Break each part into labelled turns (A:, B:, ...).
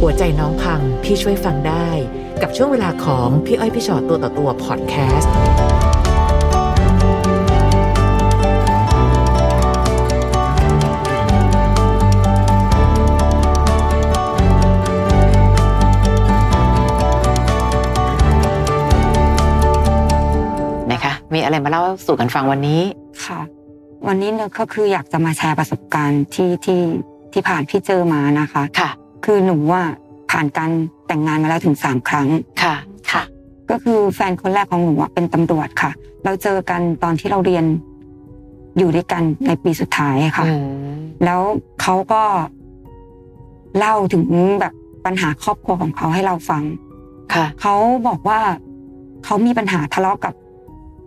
A: หัวใจน้องพังพี่ช่วยฟังได้ กับช่วงเวลาของพี่อ้อยพี่ชอตตัวต่อตัวพอดแคสต์นะคะมีอะไรมาเล่าสู่กันฟังวันนี้
B: ค่ะ วันนี้เนี่ยก็คืออยากจะมาแชร์ประสบการณ์ที่ที่ที่ผ่านพี่เจอมานะคะ
A: ค่ะ
B: คือหนูว่าผ่านการแต่งงานมาแล้วถึงสามครั้ง
A: ค่ะ ค่ะ
B: ก็คือแฟนคนแรกของหนูอะเป็นตำรวจค่ะ เราเจอกันตอนที่เราเรียนอยู่ด้วยกันในปีสุดท้ายค่ะ
A: อืม
B: แล้วเขาก็เล่าถึงแบบปัญหาครอบครัวของเขาให้เราฟัง
A: ค่ะ
B: เขาบอกว่าเขามีปัญหาทะเลาะกับ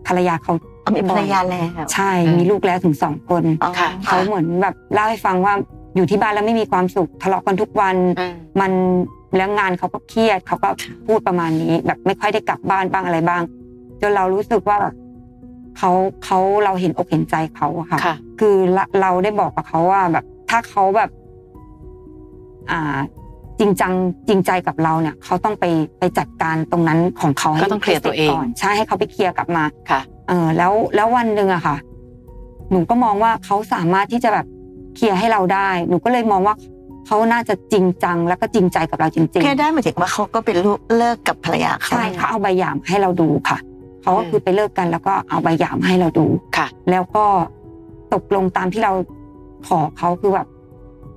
B: ภรรยาเขา
C: เอามีภรรยาแล้ว
B: ใช่
A: อืม
B: มีลูกแล้วถึงสองคน
C: อ๋อ
A: ค่ะ
B: เขาเหมือนแบบเล่าให้ฟังว่าอยู่ที่บ้านแล้วไม่มีความสุขทะเลาะกันทุกวัน
C: อืม
B: มันแล้วงานเขาก็เครียดเขาก็พูดประมาณนี้ แบบไม่ค่อยได้กลับบ้านบ้างอะไรบ้าง จนเรารู้สึกว่าแบบเขาเขาเราเห็นอกเห็นใจเขาอะค่ะ
A: ค่ะ
B: คือเราเราได้บอกกับเขาว่าแบบถ้าเขาแบบ อ่า จริงจังจริงใจกับเราเนี่ยเขาต้องไปไปจัดการตรงนั้นของเขาให้
A: ก็ต้องเคลียร์ตัวเอง
B: สจก่นใช่ให้เขาไปเคลียร์กลับมา
A: ค่ะ
B: เออแล้วแล้ววันหนึ่งอะค่ะ หนูก็มองว่าเขาสามารถที่จะแบบเคลียร์ให้เราได้ หนูก็เลยมองว่าเขาน่าจะจริงจังแล้วก็จริงใจกับเราจริง
C: แค่ได้หมายถึงว่าเขาก็เป็นลูกเลิกกับภรรยา
B: ๆ
C: เขา
B: ใช่เขาเอาใบหย่ามาให้เราดูค่ะเขาก็คือไปเลิกกัน แล้วก็เอาใบหย่ามาให้เราดู
A: ค่ะ
B: แล้วก็ตกลงตามที่เราขอเขาคือแบบ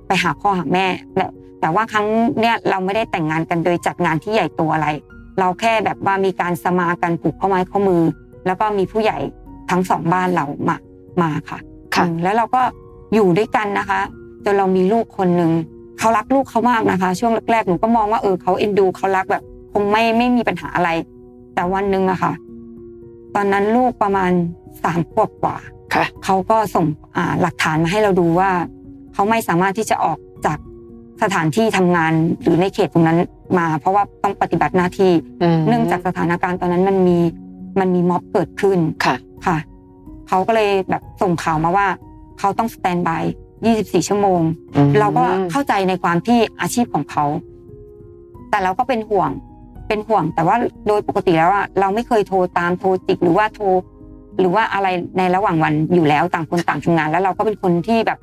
B: ไปหาพ่อหาแม่แต่แต่ว่าครั้งเนี้ยเราไม่ได้แต่งงานกันโดยจัดงานที่ใหญ่โตัวอะไร เราแค่แบบว่ามีการสมากันผูกข้อไม้ข้อมือ แล้วก็มีผู้ใหญ่ทั้งสองบ้านเรามามาค่ะ
A: ค่ะ
B: อืมแล้วเราก็อยู่ด้วยกันนะคะจนเรามีลูกคนหนึ่งเขารักลูกเขามากนะคะ ช่วงแรกๆหนูก็มองว่าเออเขาเอ็นดูเขารักแบบ คงไม่ไม่มีปัญหาอะไร แต่วันหนึ่งอะค่ะ ตอนนั้นลูกประมาณสามขวบกว่า
A: ค่ะ
B: เขาก็ส่งอ่าหลักฐานมาให้เราดูว่า เขาไม่สามารถที่จะออกจากสถานที่ทำงานหรือในเขตตรงนั้นมา เพราะว่าต้องปฏิบัติหน้าที่ เนื่องจากสถานการณ์ตอนนั้นมันมีมันมีม็อบเกิดขึ้น
A: ค่ะ
B: ค่ะ เขาก็เลยแบบส่งข่าวมาว่า เขาต้องสแตนบาย 24 ชั่วโมง
A: อืม
B: เราก็เข้าใจในความที่อาชีพของเขา แต่เราก็เป็นห่วง เป็นห่วง แต่ว่าโดยปกติแล้วอะเราไม่เคยโทรตามโทรจิกหรือว่าโทร หรือว่าอะไรในระหว่างวันอยู่แล้วต่างคนต่างทำงาน แล้วเราก็เป็นคนที่แบบ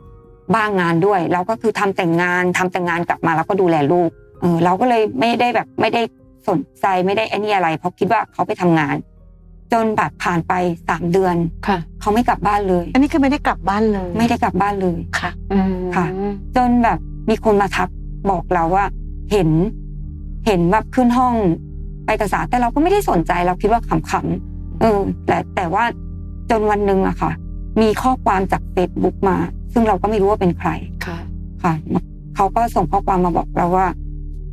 B: บ้างงานด้วย เราก็คือทำแต่งงานทำแต่งงานกลับมาแล้วก็ดูแลลูก เออเราก็เลยไม่ได้แบบไม่ได้สนใจไม่ได้ไอันนี้อะไร เพราะคิดว่าเขาไปทำงาน จนแบบผ่านไปสามเดือน
A: ค่ะ
B: เขาไม่กลับบ้านเลย
C: อันนี้คือไม่ได้กลับบ้านเลย
B: ไม่ได้กลับบ้านเลย
C: ค่ะ
A: อืม
B: ค่ะ จนแบบมีคนมาทักบอกเราว่า เห็น เห็นแบบขึ้นห้องไปกระสาแต่เราก็ไม่ได้สนใจเราคิดว่าขำๆเออแต่แต่ว่าจนวันหนึ่งอะค่ะ มีข้อความจากเฟซบุ๊กมา ซึ่งเราก็ไม่รู้ว่าเป็นใคร
A: ค่ะ
B: ค่ะเขาก็ส่งข้อความมาบอกเราว่า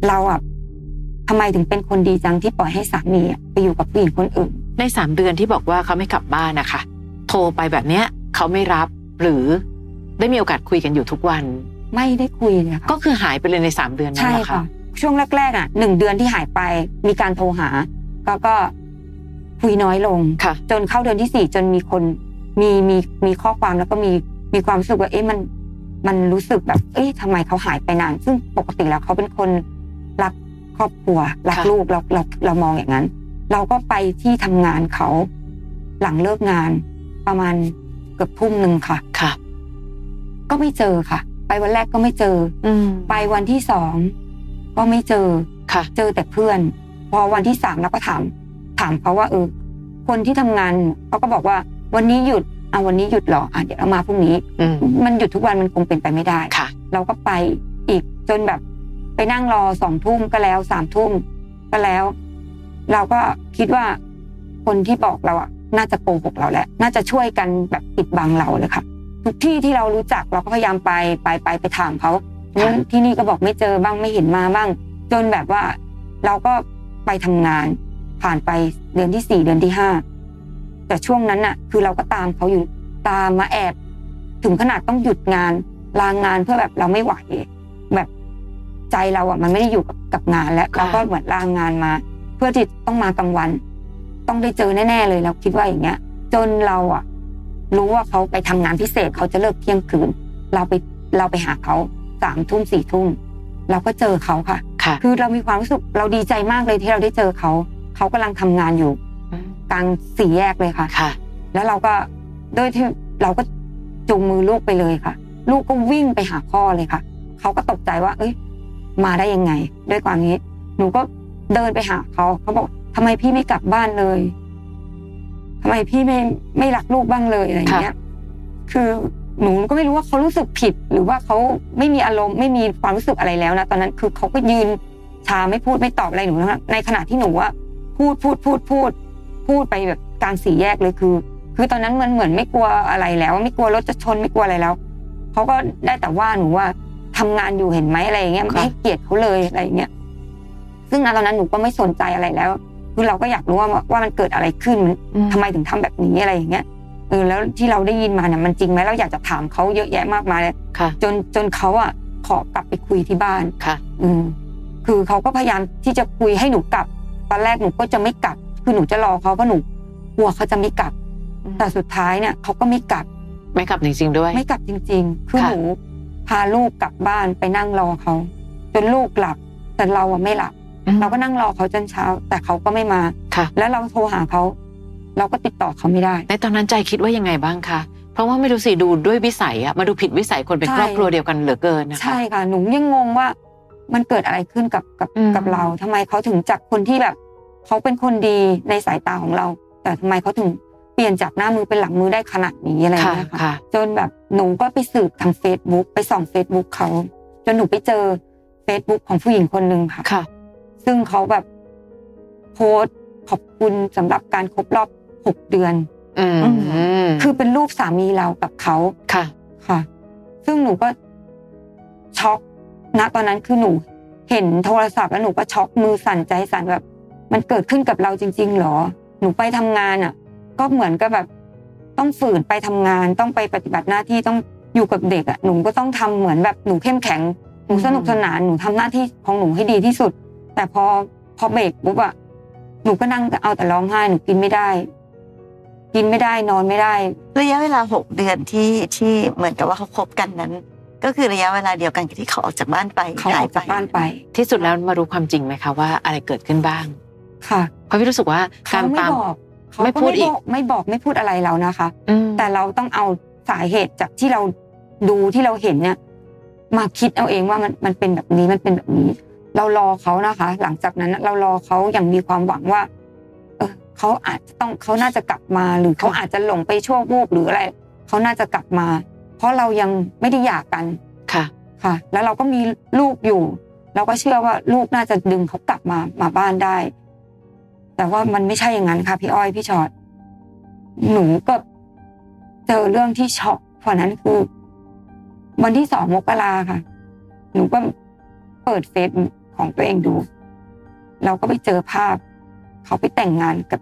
B: เราอ่ะทำไมถึงเป็นคนดีจังที่ปล่อยให้สามีอะไปอยู่กับผู้หญิงคนอื่น
A: ในสามเดือนที่บอกว่าเขาไม่กลับบ้านนะคะ โทรไปแบบเนี้ยเขาไม่รับหรือได้มีโอกาสคุยกันอยู่ทุกวัน
B: ไม่ได้คุยเลยค่ะ
A: ก็คือหายไปเลยในสามเดือนนั้น
B: ใช่
A: เหรอ
B: ค่ะ ช่วงแรกๆอ่ะหนึ่งเดือนที่หายไป มีการโทรหา ก็ก็คุยน้อยลง
A: ค่ะ
B: จนเข้าเดือนที่สี่จนมีคนมีมีมีข้อความแล้วก็มีมีความรู้สึกว่าเอ๊ะมันมันรู้สึกแบบ เอ๊ะทำไมเขาหายไปนาน ซึ่งปกติแล้วเขาเป็นคนรักครอบครัวรัก
A: ค่ะ
B: ลูกเราเราเรามองอย่างนั้น เราก็ไปที่ทำงานเขาหลังเลิกงาน ประมาณเกือบทุ่มหนึ่งค่ะ
A: ค่ะ
B: ก็ไม่เจอค่ะ ไปวันแรกก็ไม่เจอ
A: อืม
B: ไปวันที่สองก็ไม่เจอ
A: ค่ะ
B: เจอแต่เพื่อน พอวันที่สามเราก็ถาม ถามเขาว่าเออคนที่ทำงานเขาก็บอกว่า วันนี้หยุดเอาวันนี้หยุดเหรออ่ะเดี๋ยวเอามาพรุ่งนี้
A: อืม
B: มันหยุดทุกวันมันคงเป็นไปไม่ได้
A: ค่ะ
B: เราก็ไปอีกจนแบบไปนั่งรอสองทุ่มก็แล้วสามทุ่มก็แล้ว เราก็คิดว่าคนที่บอกเราอ่ะ น่าจะโกหกเราแหละน่าจะช่วยกันแบบปิดบังเราเลยค่ะ ทุกที่ที่เรารู้จักเราก็พยายามไปไปไปไปถามเขา
A: ค่ะ
B: ที่นี่ก็บอกไม่เจอบ้างไม่เห็นมาบ้าง จนแบบว่า เราก็ไปทำงาน ผ่านไปเดือนที่สี่เดือนที่ห้าแต่ช่วงนั้นน่ะ คือเราก็ตามเขาอยู่ตามมาแอบ ถึงขนาดต้องหยุดงานลางงานเพื่อแบบเราไม่ไหวแบบใจเราอ่ะมันไม่ได้อยู่กับกับงานแล้ว
A: ค่ะ
B: เราก็เหมือนลางงานมา เพื่อที่ต้องมากลางวัน ต้องได้เจอแน่ๆเลยเราคิดว่าอย่างเงี้ย จนเราอ่ะ รู้ว่าเขาไปทำงานพิเศษเขาจะเลิกเที่ยงคืน เราไปเราไปหาเขาสามทุ่มสี่ทุ่มเราก็เจอเขาค่ะ
A: ค่ะ
B: คือเรามีความรู้สึกเราดีใจมากเลยที่เราได้เจอเขา เขากำลังทำงานอยู่กลางสี่แยกเลยค่ะ
A: ค่ะ
B: แล้วเราก็ด้วยที่เราก็จูงมือลูกไปเลยค่ะ ลูกก็วิ่งไปหาพ่อเลยค่ะ เขาก็ตกใจว่า เอ้ย มาได้ยังไง ด้วยความนี้ หนูก็เดินไปหาเขาเขาบอกทำไมพี่ไม่กลับบ้านเลยทำไมพี่ไม่ไม่รักลูกบ้างเลยอะไรอย่างเงี้ย คือหนูก็ไม่รู้ว่าเขารู้สึกผิด หรือว่าเขาไม่มีอารมณ์ไม่มีความรู้สึกอะไรแล้วนะตอนนั้นคือเขาก็ยืนชาไม่พูดไม่ตอบอะไรหนูนะในขณะที่หนูว่าพูดพูดพูดพูด พูดไปแบบกลางสี่แยกเลยคือ คือตอนนั้นมันเหมือนไม่กลัวอะไรแล้ว ไม่กลัวรถจะชนไม่กลัวอะไรแล้วเขาก็ได้แต่ว่าหนูว่าทำงานอยู่เห็นไหมอะไรอย่างเงี้ย
A: ค่ะ
B: ไม่ให้เกียรติเขาเลยอะไรอย่างเงี้ยซึ่งณตอนนั้นหนูก็ไม่สนใจอะไรแล้ว คือเราก็อยากรู้ว่าว่ามันเกิดอะไรขึ้นมัน ทำไมถึงทำแบบนี้อะไรอย่างเงี้ยเออแล้วที่เราได้ยินมาเนี่ยมันจริงไหมเราอยากจะถามเขาเยอะแยะมากมายเลย
A: ค่ะ
B: จนจนเขาอ่ะขอกลับไปคุยที่บ้าน
A: ค่ะ
B: อืมคือเขาก็พยายามที่จะคุยให้หนูกลับ ตอนแรกหนูก็จะไม่กลับ คือหนูจะรอเขาเพราะหนูกลัวเขาจะไม่กลับ
C: อืม
B: แต่สุดท้ายเนี่ยเขาก็ไม่กลับ
A: ไม่กลับจริงๆด้วย
B: ไม่กลับจริง ๆ คือ
A: ค่ะ
B: หนูพาลูกกลับบ้านไปนั่งรอเขาจนลูกหลับ แต่เราอะไม่หลับ
A: อืม
B: เราก็นั่งรอเขาจนเช้า แต่เขาก็ไม่มา
A: ค่ะ
B: แล้วเราโทรหาเขา เราก็ติดต่อเขาไม่ได้
A: ในตอนนั้นใจคิดว่ายังไงบ้างคะ เพราะว่าไม่รู้สิดูด้วยวิสัยอะมาดูผิดวิสัยคนเป็น
B: ใช่
A: ครอบครัวเดียวกันเหลือเกินนะคะ
B: ใช่ค่ะหนูยังงงว่ามันเกิดอะไรขึ้นกับกับ
A: อืม
B: กับเราทำไมเขาถึงจากคนที่แบบ เขาเป็นคนดีในสายตาของเรา แต่ทำไมเขาถึงเปลี่ยนจากหน้ามือเป็นหลังมือได้ขนาดนี้อะไรอย่า
A: ค่ะ
B: งเงี้ยค่ะ
A: ค่ะ
B: จนแบบหนูก็ไปสืบทาง Facebook ไปส่อง Facebook เขา จนหนูไปเจอ Facebook ของผู้หญิงคนหนึ่งค่ะ
A: ค่ะ
B: ซึ่งเขาแบบโพสต์ขอบคุณสำหรับการครบรอบหกเดือน
A: อืม
B: คือเป็นรูปสามีเรากับเขา
A: ค่ะ
B: ค่ะ ซึ่งหนูก็ช็อกณตอนนั้นคือหนูเห็นโทรศัพท์แล้วหนูก็ช็อกมือสั่นใจสั่นแบบ มันเกิดขึ้นกับเราจริง ๆ หรอ หนูไปทำงานอ่ะ ก็เหมือนกับแบบ ต้องฝืนไปทำงาน ต้องไปปฏิบัติหน้าที่ต้องอยู่กับเด็กอ่ะหนูก็ต้องทำเหมือนแบบหนูเข้มแข็งหนูสนุกสนานหนูทำหน้าที่ของหนูให้ดีที่สุด แต่พอพอเบรกปุ๊บอ่ะหนูก็นั่งเอาแต่ร้องไห้หนูกินไม่ได้ กินไม่ได้นอนไม่ได้
C: ระยะเวลาหกเดือนที่ที่เหมือนกับว่าเขาคบกันนั้น ก็คือระยะเวลาเดียวกันกับที่เขาออกจากบ้านไป
B: เขาออกจากบ้านไป
A: ที่สุดแล้วมารู้ความจริงไหมคะว่าอะไรเกิดขึ้นบ้าง
B: ค่ะ
A: เพราะพี่รู้สึกว่า
B: เขา
A: การ
B: ไม่
A: ตาม
B: บอกเขา
A: ไม่
B: ก็
A: พูดอีก
B: ไม่บอกไม่พูดอะไรเรานะคะ
A: อืม
B: แต่เราต้องเอาสาเหตุจากที่เราดูที่เราเห็นเนี่ย มาคิดเอาเองว่ามันมันเป็นแบบนี้มันเป็นแบบนี้ เรารอเขานะคะ หลังจากนั้นน่ะเรารอเขาอย่างมีความหวังว่า เออเขาอาจจะต้องเขาน่าจะกลับมาหรือเขาอาจจะหลงไปชั่ววูบหรืออะไรเขาน่าจะกลับมา เพราะเรายังไม่ได้หย่ากัน
A: ค่ะ
B: ค่ะ แล้วเราก็มีลูกอยู่ เราก็เชื่อว่าลูกน่าจะดึงเขากลับมามาบ้านได้ แต่ว่ามันไม่ใช่อย่างนั้นค่ะพี่อ้อยพี่ชอ็อตหนูก็เจอเรื่องที่ช็อกเพราะนั้นคือ วันที่สองมกราค่ะ หนูก็เปิดเฟซของตัวเองดู เราก็ไปเจอภาพ เขาไปแต่งงานกับ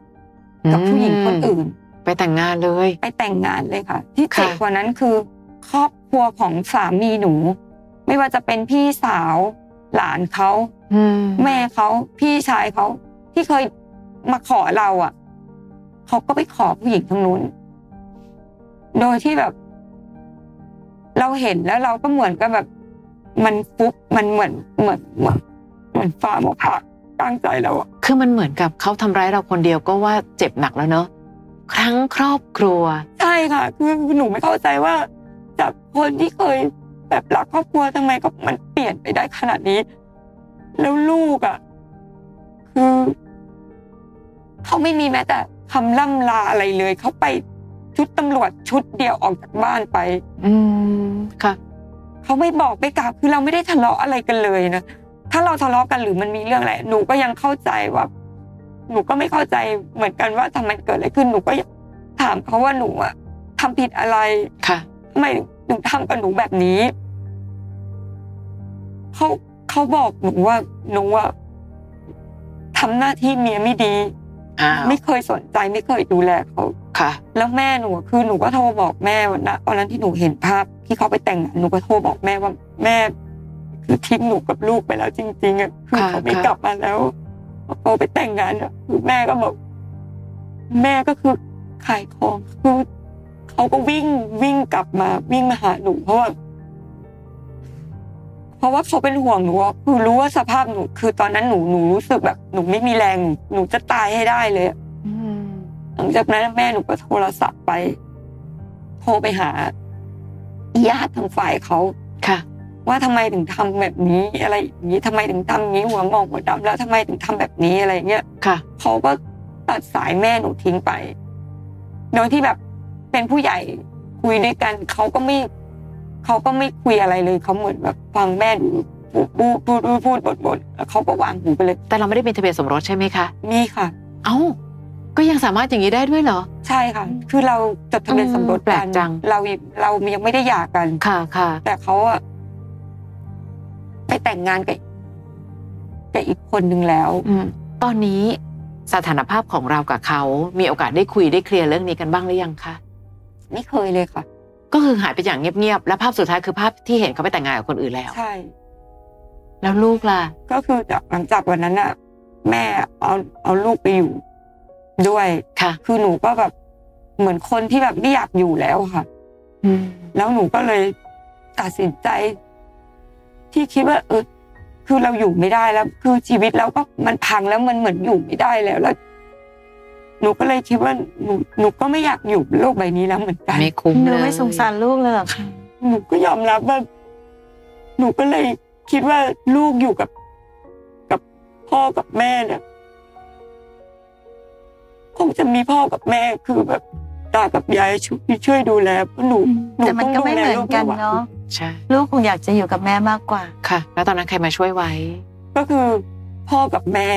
B: กับผู้หญิงคนอื่น
A: ไปแต่งงานเลย
B: ไปแต่งงานเลยค่ะ ที่เจ็บ
A: ค่ะ
B: กว่านั้นคือ ครอบครัวของสามีหนู ไม่ว่าจะเป็นพี่สาวหลานเขา
A: อืม
B: แม่เขาพี่ชายเขาที่เคยมาขอเราอ่ะเขาก็ไปขอผู้หญิงทางนู้น โดยที่แบบ เราเห็นแล้วเราก็เหมือนกับแบบ มันฟุบมันเหมือนเหมือนเหมือนเหมือนฟ้ามาผ่ากลางใจเราอ่ะ
A: คือมันเหมือนกับเขาทำร้ายเราคนเดียวก็ว่าเจ็บหนักแล้วเนอะครั้งครอบครัว
B: ใช่ค่ะ คือหนูไม่เข้าใจว่าจากคนที่เคยแบบรักครอบครัวทำไมก็มันเปลี่ยนไปได้ขนาดนี้ แล้วลูกอ่ะ คือเขาไม่มีแม้แต่คำล่ำลาอะไรเลย เขาไปชุดตำรวจชุดเดียวออกจากบ้านไป
A: อืมค่ะ
B: เขาไม่บอกไม่กล่าวคือเราไม่ได้ทะเลาะอะไรกันเลยนะถ้าเราทะเลาะกันหรือมันมีเรื่องอะไรหนูก็ยังเข้าใจว่าหนูก็ไม่เข้าใจเหมือนกันว่าทำไมเกิดอะไรขึ้นหนูก็อยากถามเขาว่าหนูอะทำผิดอะไร
A: ค่ะ
B: ทำไมหนูทำกับหนูแบบนี้เขาเขาบอกหนูว่าหนูอะทำหน้าที่เมียไม่ดี
A: อ้าว
B: ไม่เคยสนใจไม่เคยดูแลเขา
A: ค่ะ
B: แล้วแม่หนูอะคือหนูก็โทรบอกแม่วันนะตอนนั้นที่หนูเห็นภาพที่เขาไปแต่งงานหนูก็โทรบอกแม่ว่าแม่คือทิ้งหนูกับลูกไปแล้วจริง ๆอ่ะคือ
A: ค่ะ
B: เขาไม่
A: ค่ะ
B: กลับมาแล้วเขาไปแต่งงานอ่ะคือแม่ก็บอกแม่ก็คือขายของคือเขาก็วิ่งวิ่งกลับมาวิ่งมาหาหนูเพราะว่า ราะว่าเขาเป็นห่วงหนูอะคือรู้ว่าสภาพหนู คือตอนนั้นหนูหนูรู้สึกแบบหนูไม่มีแรงหนูหนูจะตายให้ได้เลยอะหลังจากนั้นแม่หนูก็โทรศัพท์ไป โทรไปหาญาติทางฝ่ายเขา
A: ค่ะ
B: ว่าทำไมถึงทำแบบนี้อะไรอย่างนี้ทำไมถึงทำอย่างนี้หัวงอกหัวดำแล้วทำไมถึงทำแบบนี้อะไรอย่างเงี้ย
A: ค่ะ
B: เขาก็ตัดสายแม่หนูทิ้งไป โดยที่แบบเป็นผู้ใหญ่คุยด้วยกันเขาก็ไม่เขาก็ไม่คุยอะไรเลยเขาเหมือนแบบฟังแม่หนูพูดพูดพูดพูดบ่นๆแล้วเขาก็วางหูไปเลย
A: แต่เราไม่ได้เป็นทะเบียนสมรสใช่ไหมคะ
B: มีค่ะ
A: เอ้า ก็ยังสามารถอย่างนี้ได้ด้วยเหรอ
B: ใช่ค่ะ คือเราจดทะเบียนสมรส
A: อืมแปล
B: กั
A: ก
B: น
A: จัง
B: เราเรายังไม่ได้หย่ากัน
A: ค่ะค่ะ
B: แต่เขาอะไปแต่งงานกับกับอีกคนนึงแล้ว
A: อืมตอนนี้สถานภาพของเรากับเขา มีโอกาสได้คุยได้เคลียร์เรื่องนี้กันบ้างหรือยังคะ
B: ไม่เคยเลยค่ะ
A: ก็คือหายไปอย่างเงียบๆ และภาพสุดท้ายคือภาพที่เห็นเขาไปแต่งงานกับคนอื่นแล้ว
B: ใช่
A: แล้วลูกล่ะ
B: ก็คือหลังจากวันนั้นน่ะ แม่เอาเอาลูกไปอยู่ ด้วย
A: ค่ะ
B: คือหนูก็แบบเหมือนคนที่แบบไม่อยากอยู่แล้วค่ะ
A: อืม
B: แล้วหนูก็เลยตัดสินใจ ที่คิดว่า เออคือเราอยู่ไม่ได้แล้ว คือชีวิตเราก็มันพังแล้วมันเหมือนอยู่ไม่ได้แล้วแล้ว หนูก็เลยคิดว่าหนูหนูก็ไม่อยากอยู่โลกใบนี้แล้วเหมือนกัน
A: ไม่คุ้ม
C: ห
A: เล
C: นู
A: ย
C: ไม่สงสารลูกเลยเหรอคะ
B: หนูก็ยอมรับว่า หนูก็เลยคิดว่าลูกอยู่กับ กับพ่อกับแม่เนี่ยคงจะมีพ่อกับแม่คือแบบตากับยายช่วยช่วยดูแลเพราะหนูหนู
C: แต่มัน
B: ต้องดู
C: ก็ไม่
B: แล
C: เหมือน
B: ลูก
C: กัน
B: ด้วยว่
C: เนาะ
A: ใช่
C: ลูกคงอยากจะอยู่กับแม่มากกว่า
A: ค่ะ แล้วตอนนั้นใครมาช่วยไว้
B: ก็คือพ่อกับแม่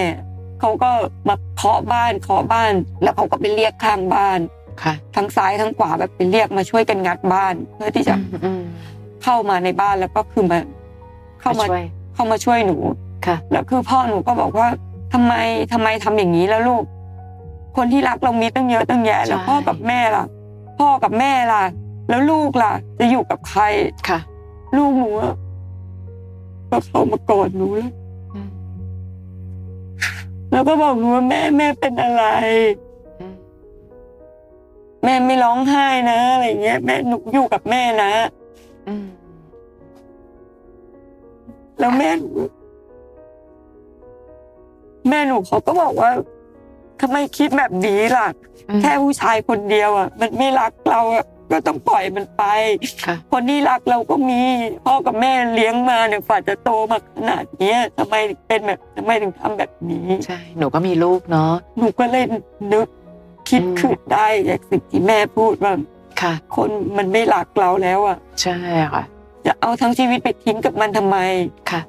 B: เขาก็มาเคาะบ้านเคาะบ้าน แล้วเขาก็ไปเรียกข้างบ้าน
A: ค่ะ
B: ทั้งซ้ายทั้งขวาแบบไปเรียกมาช่วยกันงัดบ้าน เพื่อที่จะ
A: อืมอืม
B: เข้ามาในบ้านแล้วก็คือมาเข้ามา
A: ช่วย
B: เข้ามาช่วยหนู
A: ค่ะ
B: แล้วคือพ่อหนูก็บอกว่าทำไมทำไมทำอย่างนี้แล้วลูก คนที่รักเรามีตั้งเยอะตั้งแยะแล้วพ่อกับแม่ล่ะ พ่อกับแม่ล่ะ แล้วลูกล่ะ จะอยู่กับใคร
A: ค่ะ
B: ลูกหนูอะก็เข้ามากอดหนูแล้ว
A: อืม
B: แล้วก็บอกหนูว่าแม่แม่เป็นอะไร
A: อืม
B: แม่ไม่ร้องไห้นะอะไรอย่างเงี้ยแม่หนูอยู่กับแม่นะ
A: อืม
B: แล้วแม่หนูแม่หนูเขาก็บอกว่าทำไมคิดแบบนี้ล่ะ แค่ผู้ชายคนเดียวอ่ะ มันไม่รักเราอ่ะก็ต้องปล่อยมันไป
A: ค่ะ
B: คนที่รักเราก็มีพ่อกับแม่เลี้ยงมาเนี่ยฝ่าจะโตมาขนาดเนี้ยทำไมถึงเป็นแบบทำไมถึงทำแบบนี้
A: ใช่ หนูก็มีลูกเนาะ
B: หนูก็เลยนึกคิด
A: อืม
B: ขึ้นได้จากสิ่งที่แม่พูดว่า
A: ค่ะ
B: คนมันไม่รักเราแล้วอ่ะ
A: ใช่ค่ะ
B: จะเอาทั้งชีวิตไปทิ้งกับมันทำไม
A: ค่ะ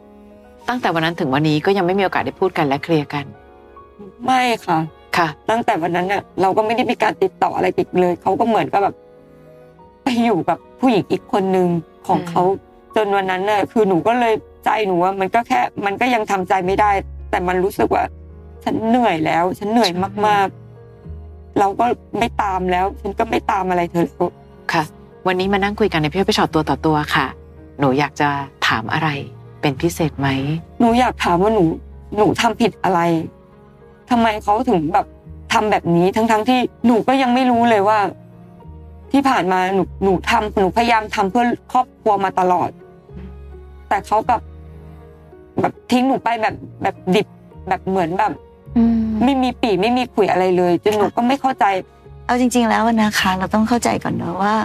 A: ตั้งแต่วันนั้นถึงวันนี้ก็ยังไม่มีโอกาสได้พูดกันและเคลียร์กัน
B: ไม่ค่ะ
A: ค่ะ
B: ตั้งแต่วันนั้นน่ะ เราก็ไม่ได้มีการติดต่ออะไรอีกเลย เขาก็เหมือนกับแบบไปอยู่กับผู้หญิงอีกคนนึงของ
A: อืม
B: เขาจนวันนั้นน่ะคือหนูก็เลยใจหนูว่ามันก็แค่ มันก็ยังทำใจไม่ได้ แต่มันรู้สึกว่า ฉันเหนื่อยแล้ว ฉันเหนื่อยมากๆ เราก็ไม่ตามแล้ว ฉันก็ไม่ตามอะไรเธอแล้ว
A: ค่ะ วันนี้มานั่งคุยกันในพี่อ้อยพี่ชอตตัวต่อตัวค่ะ หนูอยากจะถามอะไรเป็นพิเศษไหม
B: หนูอยากถามว่าหนูหนูทำผิดอะไรทำไมเขาถึงแบบทำแบบนี้ทั้งๆที่หนูก็ยังไม่รู้เลยว่า ที่ผ่านมาหนูหนูทำหนูพยายามทำเพื่อครอบครัวมาตลอด แต่เขากลับ แบบทิ้งหนูไปแบบแบบดิบแบบเหมือนแบบ ไม่มีปีไม่มีขุยอะไรเลยจนหนูก็ไม่เข้าใจ
C: เอาจริง ๆ แล้วนะคะ เราต้องเข้าใจก่อนเนาะว่า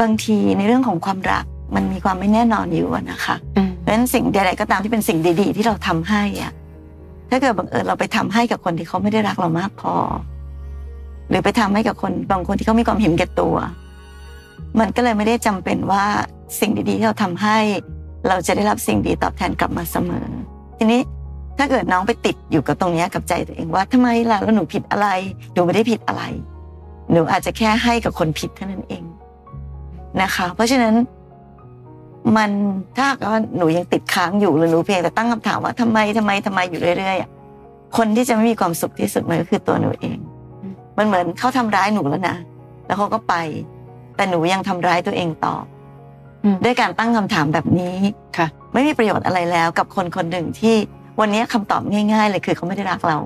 C: บางทีในเรื่องของความรัก มันมีความไม่แน่นอนอยู่อะนะคะ เพราะฉะนั้นสิ่งใดๆก็ตามที่เป็นสิ่งดีๆ ที่เราทำให้อะถ้าเกิดบังเอิญเราไปทำให้กับคนที่เขาไม่ได้รักเรามากพอ หรือไปทำให้กับคนบางคนที่เขามีความเห็นแก่ตัว มันก็เลยไม่ได้จำเป็นว่าสิ่งดีๆที่เราทำให้ เราจะได้รับสิ่งดีตอบแทนกลับมาเสมอ ทีนี้ถ้าเกิดน้องไปติดอยู่กับตรงเนี้ยกับใจตัวเองว่าทำไมล่ะแล้วหนูผิดอะไรหนูไม่ได้ผิดอะไร หนูอาจจะแค่ให้กับคนผิดเท่านั้นเอง นะคะ เพราะฉะนั้น มันถ้าหากว่าหนูยังติดค้างอยู่หรือหนูเพียงแต่ตั้งคำถามว่าทำไมทำไมทำไมอยู่เรื่อยๆอะคนที่จะไม่มีความสุขที่สุดมันก็คือตัวหนูเอง
A: อืม
C: มันเหมือนเขาทำร้ายหนูแล้วนะแล้วเขาก็ไป แต่หนูยังทำร้ายตัวเองต่ออ
A: ม
C: ด้วยการตั้งคำถามแบบนี้
A: ค่ะ
C: ไม่มีประโยชน์อะไรแล้วกับคนคนหนึ่งที่วันนี้คำตอบง่าย ๆ เลยคือเขาไม่ได้รักเรา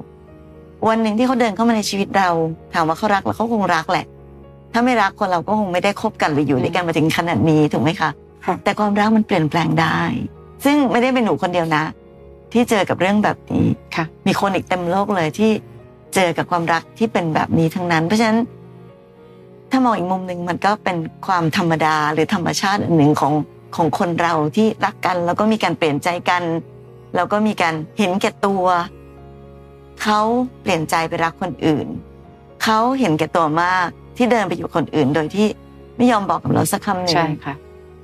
C: วันหนึ่งที่เขาเดินเข้ามาในชีวิตเรา ถามว่าเขารักเราเขาคงรักแหละ ถ้าไม่รักคนเราก็คงไม่ได้คบกันหรืออยู่ด้วยกันมาถึงขนาดนี้ถูกไหมคะ
B: ค่ะ
C: แต่ความรักมันเปลี่ยนแปลงได้ ซึ่งไม่ได้เป็นหนูคนเดียวนะ ที่เจอกับเรื่องแบบนี้
A: ค่ะ
C: มีคนอีกเต็มโลกเลยที่เจอกับความรักที่เป็นแบบนี้ทั้งนั้น เพราะฉะนั้น ถ้ามองอีกมุมหนึ่งมันก็เป็นความธรรมดาหรือธรรมชาติอันหนึ่งของของคนเราที่รักกัน แล้วก็มีการเปลี่ยนใจกัน แล้วก็มีการเห็นแก่ตัว เขาเปลี่ยนใจไปรักคนอื่น เขาเห็นแก่ตัวมากที่เดินไปอยู่กับคนอื่น โดยที่ไม่ยอมบอกกับเราสักคำหนึ่ง
A: ใช่ค่ะ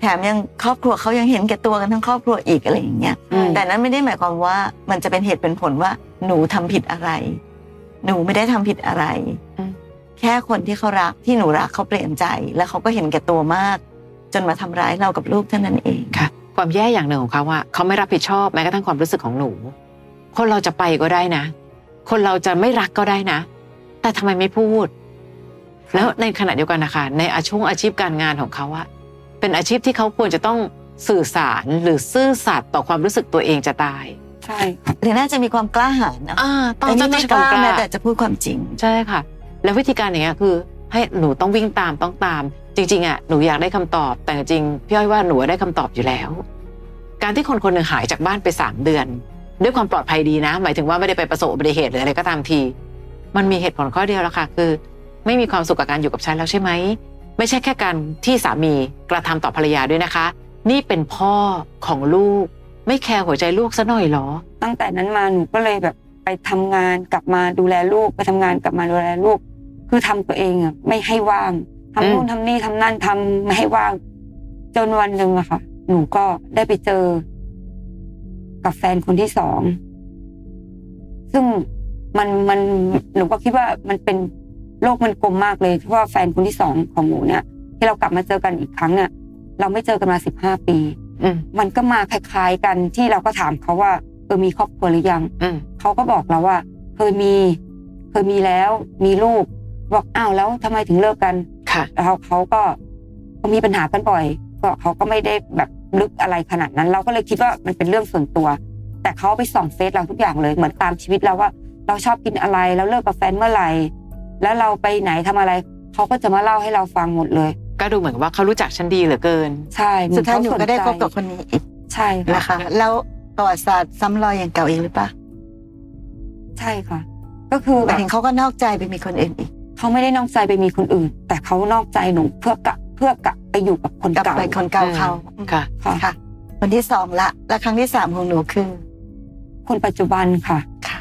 C: แถมยังครอบครัวเขายังเห็นแก่ตัวกันทั้งครอบครัวอีกอะไรอย่างเงี้ย
A: อืม
C: แต่นั้นไม่ได้หมายความว่ามันจะเป็นเหตุเป็นผลว่าหนูทำผิดอะไร หนูไม่ได้ทำผิดอะไร
A: อืม
C: แค่คนที่เขารักที่หนูรักเขาเปลี่ยนใจ แล้วเขาก็เห็นแก่ตัวมาก จนมาทำร้ายเรากับลูกเท่านั้นเอง
A: ค่ะ ความแย่อย่างหนึ่งของเขาว่าเขาไม่รับผิดชอบแม้กระทั่งความรู้สึกของหนู คนเราจะไปก็ได้นะ คนเราจะไม่รักก็ได้นะ แต่ทำไมไม่พูด แล้วในขณะเดียวกันนะคะในอาชงอาชีพการงานของเขาอะเป็นอาชีพที่เขาควรจะต้องสื่อสารหรือซื่อสัตย์ต่อความรู้สึกตัวเองจะตาย
B: ใช่
C: หรือน่าจะมีความกล้าหาญนะ
A: อ่าต้อง
C: แต่
A: จะ
C: นี่
A: ต้องก
C: ไม่ก
A: ล้า
C: ล้าแม้แต่จะพูดความจริง
A: ใช่ค่ะ แล้ววิธีการอย่างเงี้ยคือ ให้หนูต้องวิ่งตามต้องตาม จริงๆอะหนูอยากได้คำตอบ แต่จริงๆพี่อ้อยว่าหนูได้คำตอบอยู่แล้ว การที่คนคนหนึ่งหายจากบ้านไปสามเดือน ด้วยความปลอดภัยดีนะ หมายถึงว่าไม่ได้ไปประสบอุบัติเหตุหรืออะไรก็ตามที มันมีเหตุผลข้อเดียวแล้วค่ะคือ ไม่มีความสุขกับการอยู่กับฉันแล้วใช่ไหม ไม่ใช่แค่การที่สามีกระทำต่อภรรยาด้วยนะคะ นี่เป็นพ่อของลูก ไม่แคร์หัวใจลูกซะหน่อยเหรอ
B: ตั้งแต่นั้นมาหนูก็เลยแบบไปทำงานกลับมาดูแลลูกไปทำงานกลับมาดูแลลูก คือทำตัวเองอ่ะไม่ให้ว่างทำ
A: อืม
B: นู่นทำนี่ทำนั่นทำไม่ให้ว่าง จนวันหนึ่งอะค่ะ หนูก็ได้ไปเจอ กับแฟนคนที่สอง ซึ่งมันมันหนูก็คิดว่ามันเป็นโลกมันกลมมากเลยเพราะว่าแฟนคนที่สองของหนูเนี่ย ที่เรากลับมาเจอกันอีกครั้งเนี่ยเราไม่เจอกันมาสิบห้าปี
A: อืม
B: มันก็มาคล้าย ๆ กันที่เราก็ถามเขาว่าเออมีครอบครัวหรือยัง
A: อืม
B: เขาก็บอกเราว่า เคยมี เคยมีแล้วมีลูก บอกอ้าวแล้วทำไมถึงเลิกกัน
A: ค่ะ
B: แล้วเขาก็มีปัญหากันบ่อย ก็เขาก็ไม่ได้แบบลึกอะไรขนาดนั้น เราก็เลยคิดว่ามันเป็นเรื่องส่วนตัว แต่เขาไปส่องเฟซเราทุกอย่างเลยเหมือนตามชีวิตเราว่า เราชอบกินอะไรแล้วเลิกกับแฟนเมื่อไหร่แล้วเราไปไหนทำอะไร เขาก็จะมาเล่าให้เราฟังหมดเลย
A: ก็ดูเหมือนว่าเขารู้จักฉันดีเหลือเกิน
B: ใช่เมื
C: สุ
B: อ
C: ดท้ายหนู
B: เข
C: ก็ได้
B: สใจ
C: คบกับคนนี้อีก
B: ใช่ค่ะ
C: นะคะ แล้วประวัติศาสตร์ซ้ำรอยอย่างเก่าอีกหรือเปะ
B: ใช่ค่ะ ก็คือ
C: ห
B: แบ
C: มาย
B: บ
C: ถึงเขาก็นอกใจไปมีคนอื่นอีก
B: เขาไม่ได้นอกใจไปมีคนอื่น แต่เขานอกใจหนูเพื่อกะเพื่อกะไปอยู่กับคน
C: กลับ
B: เก่า
C: ไปคนเก่าเขา
A: ค่ะ
B: ค่ะ
C: ค่ะคนที่สองละและครั้งที่สามของหนูคือ
B: คนปัจจุบันค่ะ
C: ค่ะ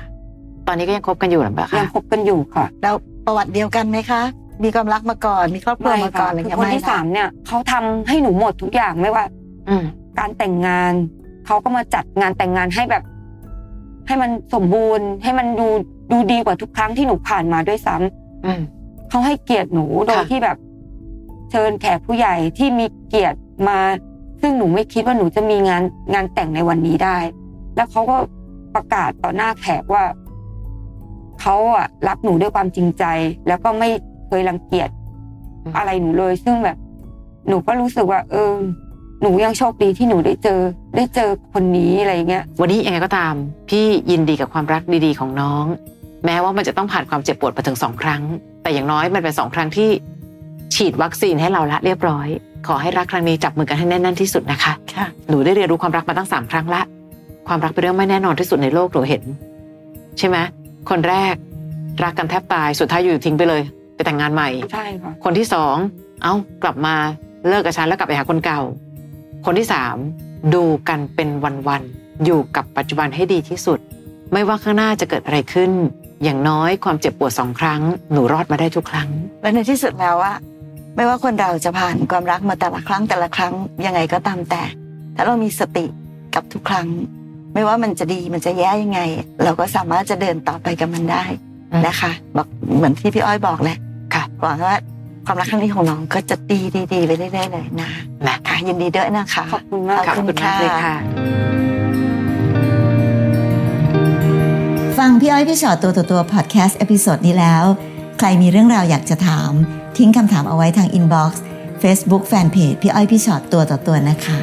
A: ตอนนี้ก็ยังคบกันอยู่หรือเปล่า
B: ยั
A: คะ
B: งคบกันอยู่ค่ะ
C: แล้วประวัติเดียวกันไหมคะ มีความรักมาก่อน มีครอบครัวมาก่อ
B: ค่ะ
C: นอะไร
B: คือ
C: เงี้ย
B: คน
C: ไม่
B: ที่
C: นะ
B: สามเนี่ยเขาทำให้หนูหมดทุกอย่างไม่ว่า
A: อืม
B: การแต่งงานเขาก็มาจัดงานแต่งงานให้แบบ ให้มันสมบูรณ์ ให้มันดูดูดีกว่าทุกครั้งที่หนูผ่านมาด้วยซ้ำ
A: อืม
B: เขาให้เกียรติหนูโดย
A: ค่ะ
B: ที่แบบ เชิญแขกผู้ใหญ่ที่มีเกียรติมา ซึ่งหนูไม่คิดว่าหนูจะมีงานงานแต่งในวันนี้ได้ แล้วเขาก็ประกาศต่อหน้าแขกว่าเขาอะรักหนูด้วยความจริงใจ แล้วก็ไม่เคยรังเกียจ
A: อืม
B: อะไรหนูเลย ซึ่งแบบ หนูก็รู้สึกว่า เออ หนูยังโชคดีที่หนูได้เจอ ได้เจอคนนี้อะไรอย่างเงี้ย
A: วันนี้ยังไงก็ตาม พี่ยินดีกับความรักดีๆของน้อง แม้ว่ามันจะต้องผ่านความเจ็บปวดมาถึงสองครั้ง แต่อย่างน้อยมันเป็นสองครั้งที่ ฉีดวัคซีนให้เราละเรียบร้อย ขอให้รักครั้งนี้จับมือกันให้แน่นๆที่สุดนะคะ
C: ค่ะ
A: หนูได้เรียนรู้ความรักมาตั้งสามครั้งละ ความรักเป็นเรื่องไม่แน่นอนที่สุดในโลกหนูเห็น ใช่ไหมคนแรก รักกันแทบตายสุดท้ายอยู่ทิ้งไปเลย ไปแต่งงานใหม่
B: ใช่ค่ะ
A: คนที่สอง เอ้า กลับมาเลิกกับฉันแล้วกลับไปหาคนเก่า คนที่สาม ดูกันเป็นวันๆ อยู่กับปัจจุบันให้ดีที่สุด ไม่ว่าข้างหน้าจะเกิดอะไรขึ้น อย่างน้อยความเจ็บปวดสองครั้ง หนูรอดมาได้ทุกครั้ง
C: และในที่สุดแล้วว่าไม่ว่าคนเราจะผ่านความรักมาแต่ละครั้งแต่ละครั้งยังไงก็ตามแต่ ถ้าเรามีสติกับทุกครั้ง ไม่ว่ามันจะดีมันจะแย่ยังไง เราก็สามารถจะเดินต่อไปกับมันได้
A: อืม
C: นะคะบอกเหมือนที่พี่อ้อยบอกแหละ
A: ค่ะ
C: หวังว่าความรักครั้งนี้ของน้องก็จะดีดีดีไปเรื่อยๆเลยนะ
A: นะ
C: ค่ะยินดีด้วยนะคะ
B: ขอบคุณมาก
A: ขอบคุณมากเลยค่ะ
D: ฟังพี่อ้อยพี่ชอตตัวต่อตัวพอดแคสต์เอพิโซดนี้แล้ว ใครมีเรื่องราวอยากจะถาม ทิ้งคำถามเอาไว้ทางอินบ็อกซ์เฟซบุ๊กแฟนเพจพี่อ้อยพี่ชอตตัวต่อตัวนะคะ